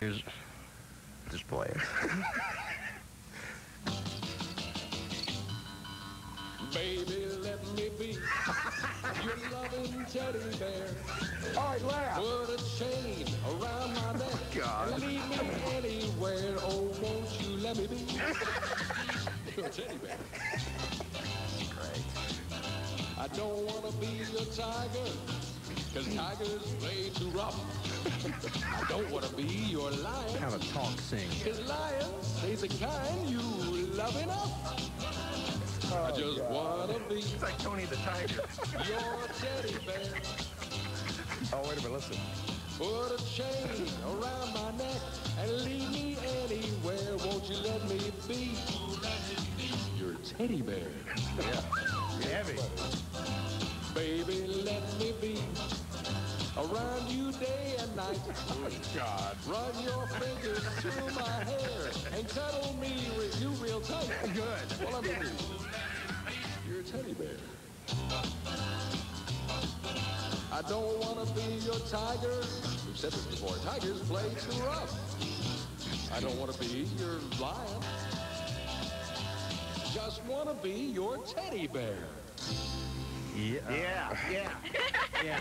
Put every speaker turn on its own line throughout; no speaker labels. Here's this player.
Baby, let me be your loving teddy bear.
All right, laugh.
Put a chain around my neck.
God.
Lead me anywhere. Oh, won't you let me be your teddy bear? I don't want to be a tiger, because tigers play too rough. I don't want to be your lion.
Have a talk sing.
His lions, they's the kind you love enough. I just wanna be
It's like Tony the Tiger.
your teddy bear.
oh, wait a minute, listen.
Put a chain around my neck and lead me anywhere. Won't you let me be your teddy bear?
Heavy.
Baby, let me be around you day and night.
God.
Run your fingers through my hair and cuddle me with you real tight.
Good.
Well, let me be. You're a teddy bear. I don't want to be your tiger. We've said this before. Tigers play too rough. I don't want to be your lion. Just want to be your teddy bear.
Yeah.
Yeah, yeah,
Yeah.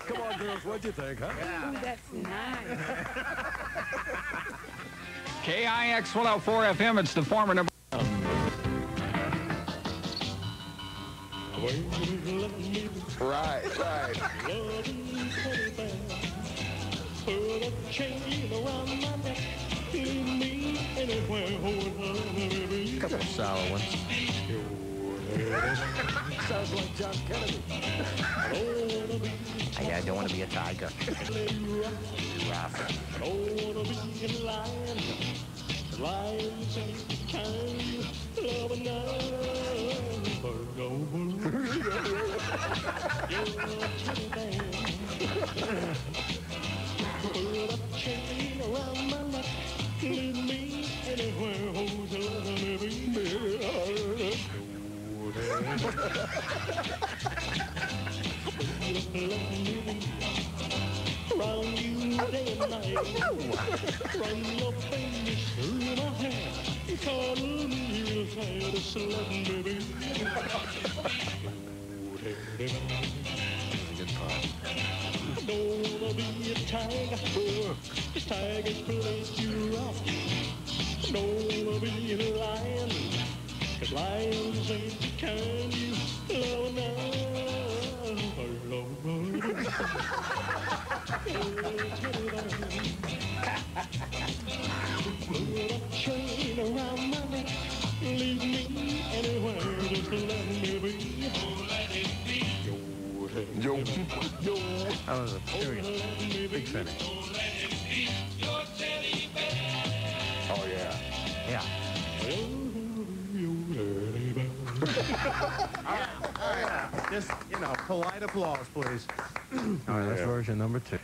Come on, girls, what'd you think, huh?
yeah.
Ooh, that's nice.
KIX 104 FM, it's the former number.
Right, right. Couple of solid ones.
Sounds like John Kennedy.
I, I don't want to be a tiger. Rough.
Don't wanna be a tiger. This tiger's place too rough. Don't wanna be a lion. Cause lions ain't the kind you love now. Put a chain around my neck. Leave me anywhere. Just let me be.
Yo. Yo. I was a serious
Let me be.
big fan. Oh, yeah.
Yeah.
Just, you know, polite applause, please.
Oh,
That's
yeah.
version number two.